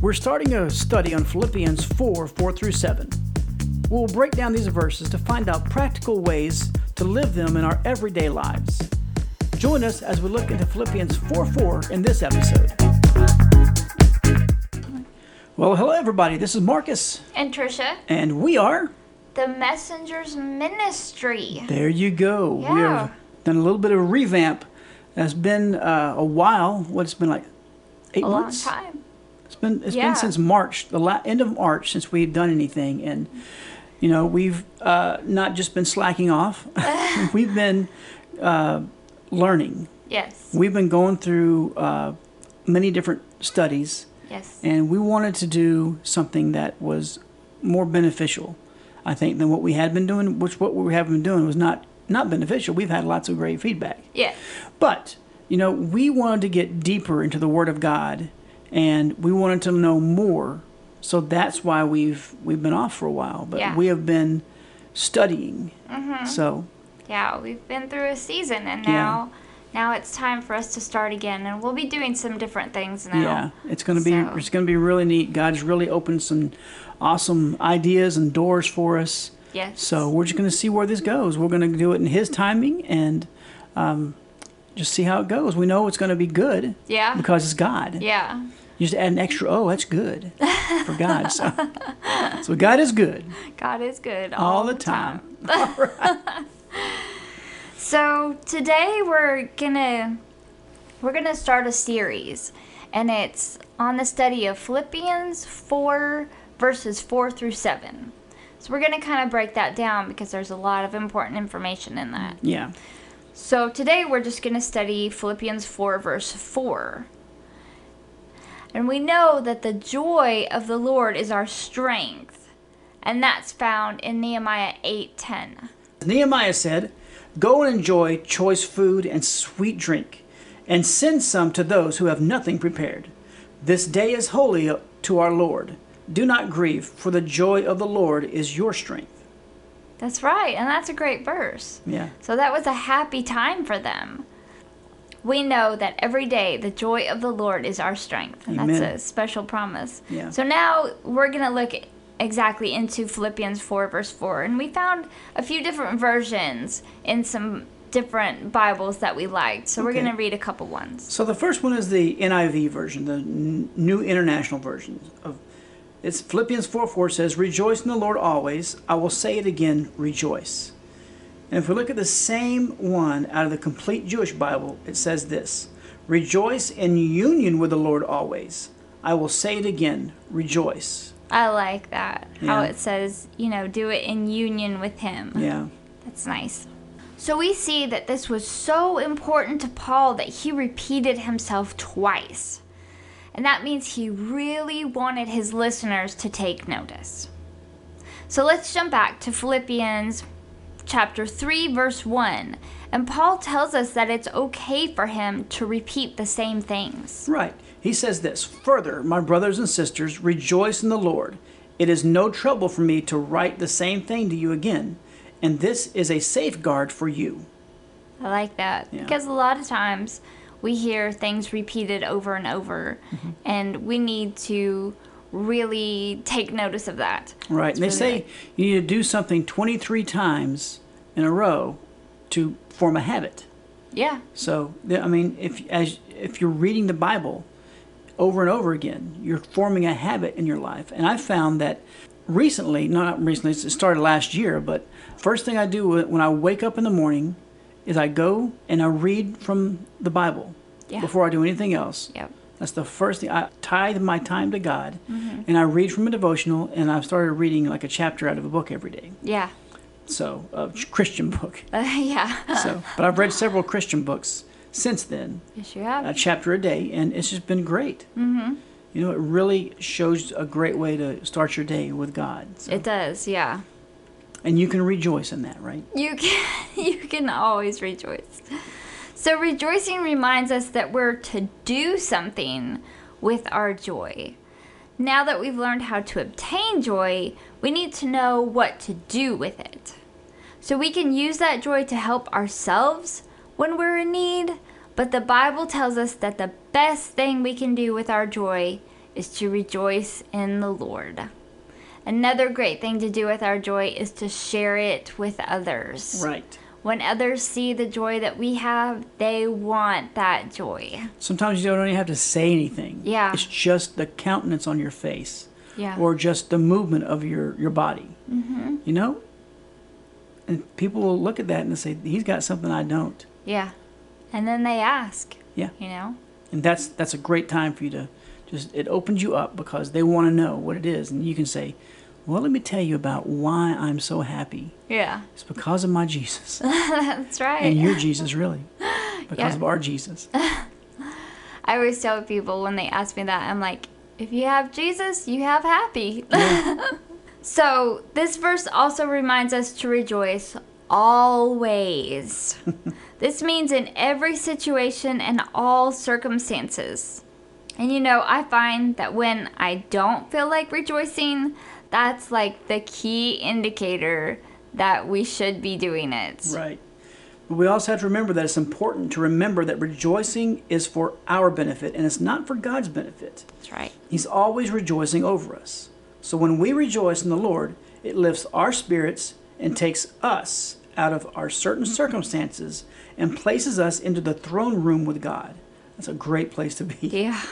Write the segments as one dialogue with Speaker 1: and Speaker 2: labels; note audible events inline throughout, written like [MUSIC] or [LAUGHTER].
Speaker 1: We're starting a study on Philippians 4 4 through 7. We'll break down these verses to find out practical ways to live them in our everyday lives. Join us as we look into Philippians 4 4 in this episode. Well, hello, everybody. This is Marcus,
Speaker 2: And Trisha,
Speaker 1: and we are.
Speaker 2: the Messenger's Ministry.
Speaker 1: There you go. We
Speaker 2: Yeah.
Speaker 1: have done a little bit of a revamp. It's been uh, a while. What's been like? Eight
Speaker 2: A long
Speaker 1: months?
Speaker 2: time.
Speaker 1: It's been it's
Speaker 2: Yeah.
Speaker 1: been since March, the la- end of March, since we've done anything, and you know we've uh, not just been slacking off. [LAUGHS] we've been uh, learning.
Speaker 2: Yes.
Speaker 1: We've been going through uh, many different studies,
Speaker 2: Yes.
Speaker 1: and we wanted to do something that was more beneficial, I think, than what we had been doing. Which what we have been doing was not not beneficial. We've had lots of great feedback.
Speaker 2: Yes.
Speaker 1: But, you know, we wanted to get deeper into the Word of God and we wanted to know more. So that's why we've we've been off for a while, but
Speaker 2: Yeah. Mm-hmm.
Speaker 1: we have been studying. So,
Speaker 2: Yeah, we've been through a season and
Speaker 1: Yeah.
Speaker 2: now now it's time for us to start again and we'll be doing some different things now.
Speaker 1: yeah, it's going to be
Speaker 2: So-
Speaker 1: it's going to be really neat. God's really opened some awesome ideas and doors for us.
Speaker 2: Yes.
Speaker 1: So, we're just going to see where this goes. We're going to do it in his timing and um, just see how it goes. We know it's going to be good
Speaker 2: Yeah.
Speaker 1: because it's God.
Speaker 2: yeah.
Speaker 1: You just add an extra oh, that's good for God. So, so God is good
Speaker 2: God is good
Speaker 1: all, the time.
Speaker 2: So today we're gonna we're gonna start a series, and it's on the study of Philippians four verses four through seven. So we're gonna kind of break that down because there's a lot of important information in that.
Speaker 1: Yeah.
Speaker 2: So today we're just going to study Philippians 4, verse 4. And we know that the joy of the Lord is our strength, and that's found in Nehemiah 8:10.
Speaker 1: Nehemiah said, Go and enjoy choice food and sweet drink, and send some to those who have nothing prepared. This day is holy to our Lord. Do not grieve, for the joy of the Lord is your strength.
Speaker 2: That's right, and that's a great verse.
Speaker 1: Yeah.
Speaker 2: So that was a happy time for them. We know that every day the joy of the Lord is our strength, and
Speaker 1: Amen.
Speaker 2: that's a special promise.
Speaker 1: Yeah.
Speaker 2: So now we're going to look exactly into Philippians 4, verse 4, and we found a few different versions in some different Bibles that we liked. So we're
Speaker 1: Okay.
Speaker 2: going to read a couple ones.
Speaker 1: So the first one is the NIV version, the N- New International Version of it's Philippians 4 4 says, Rejoice in the Lord always. I will say it again, rejoice. And if we look at the same one out of the complete Jewish Bible, it says this Rejoice in union with the Lord always. I will say it again, rejoice.
Speaker 2: I like that, how
Speaker 1: Yeah.
Speaker 2: it says, you know, do it in union with Him.
Speaker 1: Yeah.
Speaker 2: That's nice. So we see that this was so important to Paul that he repeated himself twice. And that means he really wanted his listeners to take notice. So let's jump back to Philippians chapter 3, verse 1. And Paul tells us that it's okay for him to repeat the same things.
Speaker 1: Right. He says this Further, my brothers and sisters, rejoice in the Lord. It is no trouble for me to write the same thing to you again, and this is a safeguard for you.
Speaker 2: I like that
Speaker 1: Yeah.
Speaker 2: because a lot of times we hear things repeated over and over,
Speaker 1: Mm-hmm.
Speaker 2: and we need to really take notice of that.
Speaker 1: Right. And they
Speaker 2: really
Speaker 1: say
Speaker 2: like-
Speaker 1: you need to do something 23 times in a row to form a habit.
Speaker 2: Yeah,
Speaker 1: So, th- I mean, if as if you're reading the Bible over and over again, you're forming a habit in your life. And I found that recently, not recently, it started last year, but first thing I do wh- when I wake up in the morning is I go and I read from the Bible
Speaker 2: Yeah.
Speaker 1: before I do anything else.
Speaker 2: Yep.
Speaker 1: That's the first thing. I tithe my time to God,
Speaker 2: Mm-hmm.
Speaker 1: and I read from a devotional, and I've started reading like a chapter out of a book every day.
Speaker 2: yeah, [LAUGHS]
Speaker 1: So, a Christian [LAUGHS] book. [LAUGHS]
Speaker 2: yeah.
Speaker 1: So, but I've read several Christian books since then
Speaker 2: Yes, you have.
Speaker 1: a chapter a day, and it's just been great. Mm-hmm. You know, it really shows a great way to start your day with God, So-
Speaker 2: It does. Yeah,
Speaker 1: and you can rejoice in that, right?
Speaker 2: you can. [LAUGHS] You can always rejoice. So rejoicing reminds us that we're to do something with our joy. Now that we've learned how to obtain joy, we need to know what to do with it. So we can use that joy to help ourselves when we're in need, but the Bible tells us that the best thing we can do with our joy is to rejoice in the Lord. Another great thing to do with our joy is to share it with others.
Speaker 1: Right.
Speaker 2: When others see the joy that we have, they want that joy.
Speaker 1: Sometimes you don't even have to say anything.
Speaker 2: Yeah.
Speaker 1: It's just the countenance on your face
Speaker 2: Yeah.
Speaker 1: or just the movement of your, your body. Mm-hmm. You know? And people will look at that and say, he's got something I don't.
Speaker 2: yeah. And then they ask,
Speaker 1: Yeah.
Speaker 2: you know?
Speaker 1: And that's that's a great time for you to just it opens you up because they want to know what it is and you can say, "Well, let me tell you about why I'm so happy.
Speaker 2: Yeah.
Speaker 1: It's because of my
Speaker 2: [LAUGHS]
Speaker 1: Jesus
Speaker 2: That's right.
Speaker 1: and your Jesus really. Because
Speaker 2: Yeah.
Speaker 1: of our Jesus."
Speaker 2: I always tell people when they ask me that, I'm like, if you have Jesus, you have happy. [LAUGHS] so this verse also reminds us to rejoice always. this means in every situation and all circumstances. And you know, I find that when I don't feel like rejoicing, that's like the key indicator that we should be doing it.
Speaker 1: Right. But we also have to remember that it's important to remember that rejoicing is for our benefit and it's not for God's benefit.
Speaker 2: That's right.
Speaker 1: He's always rejoicing over us. So when we rejoice in the Lord, it lifts our spirits and takes us out of our certain circumstances and places us into the throne room with God. That's a great place to be.
Speaker 2: Yeah.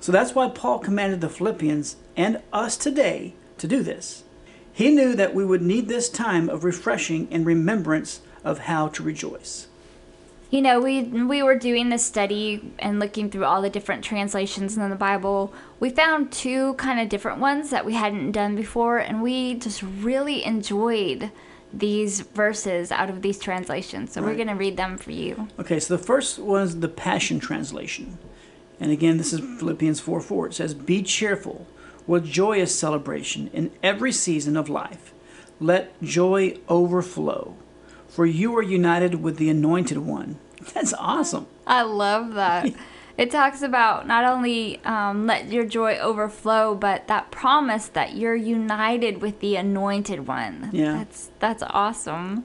Speaker 1: So that's why Paul commanded the Philippians and us today to do this. He knew that we would need this time of refreshing and remembrance of how to rejoice.
Speaker 2: You know, we we were doing this study and looking through all the different translations in the Bible. We found two kind of different ones that we hadn't done before, and we just really enjoyed these verses out of these translations. So we're
Speaker 1: Right.
Speaker 2: going to read them for you.
Speaker 1: Okay, so the first was the Passion Translation. And again, this is Philippians 4 4. It says, Be cheerful with joyous celebration in every season of life. Let joy overflow, for you are united with the Anointed One. [LAUGHS] That's awesome.
Speaker 2: I
Speaker 1: [LAUGHS]
Speaker 2: love that. It talks about not only um, let your joy overflow, but that promise that you're united with the Anointed One.
Speaker 1: Yeah.
Speaker 2: that's that's awesome.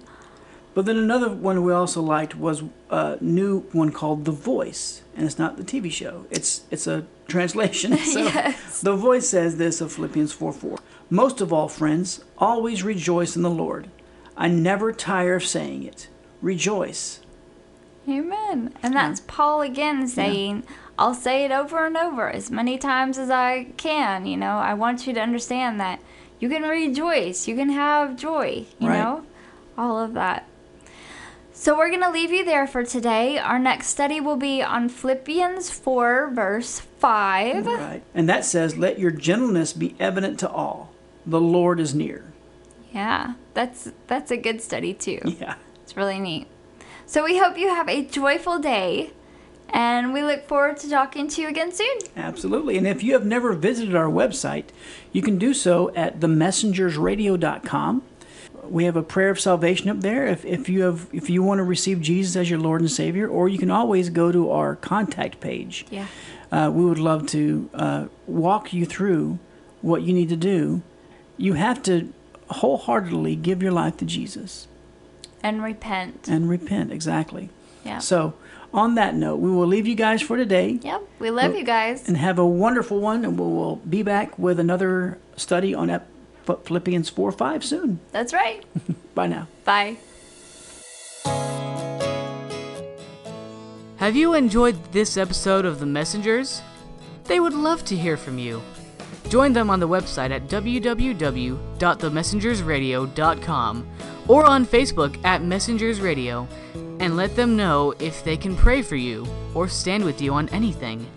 Speaker 1: But then another one we also liked was a new one called The Voice, and it's not the TV show. It's it's a translation. So The Voice says this of Philippians 4 4. Most of all, friends, always rejoice in the Lord. I never tire of saying it. Rejoice.
Speaker 2: Amen. And that's Paul again saying, I'll say it over and over as many times as I can. You know, I want you to understand that you can rejoice, you can have joy, you
Speaker 1: Right.
Speaker 2: know, all of that. So we're going to leave you there for today. Our next study will be on Philippians 4, verse 5.
Speaker 1: Right. And that says, Let your gentleness be evident to all. The Lord is near. [LAUGHS]
Speaker 2: Yeah, that's that's a good study too.
Speaker 1: Yeah.
Speaker 2: It's really neat. So we hope you have a joyful day, and we look forward to talking to you again soon.
Speaker 1: Absolutely. And if you have never visited our website, you can do so at themessengersradio.com. We have a prayer of salvation up there if, if you have if you want to receive Jesus as your Lord and Savior, or you can always go to our contact page.
Speaker 2: Yeah.
Speaker 1: Uh, we would love to uh, walk you through what you need to do. You have to wholeheartedly give your life to Jesus
Speaker 2: and repent.
Speaker 1: and repent. Exactly.
Speaker 2: Yeah.
Speaker 1: So, on that note, we will leave you guys for today.
Speaker 2: Yep. We love you guys.
Speaker 1: and have a wonderful one. And we'll, we'll be back with another study on Ep- Philippians 4 5 soon.
Speaker 2: That's right.
Speaker 1: Bye now.
Speaker 2: Bye.
Speaker 3: Have you enjoyed this episode of The Messengers? They would love to hear from you. Join them on the website at www.themessengersradio.com or on Facebook at Messengers Radio and let them know if they can pray for you or stand with you on anything.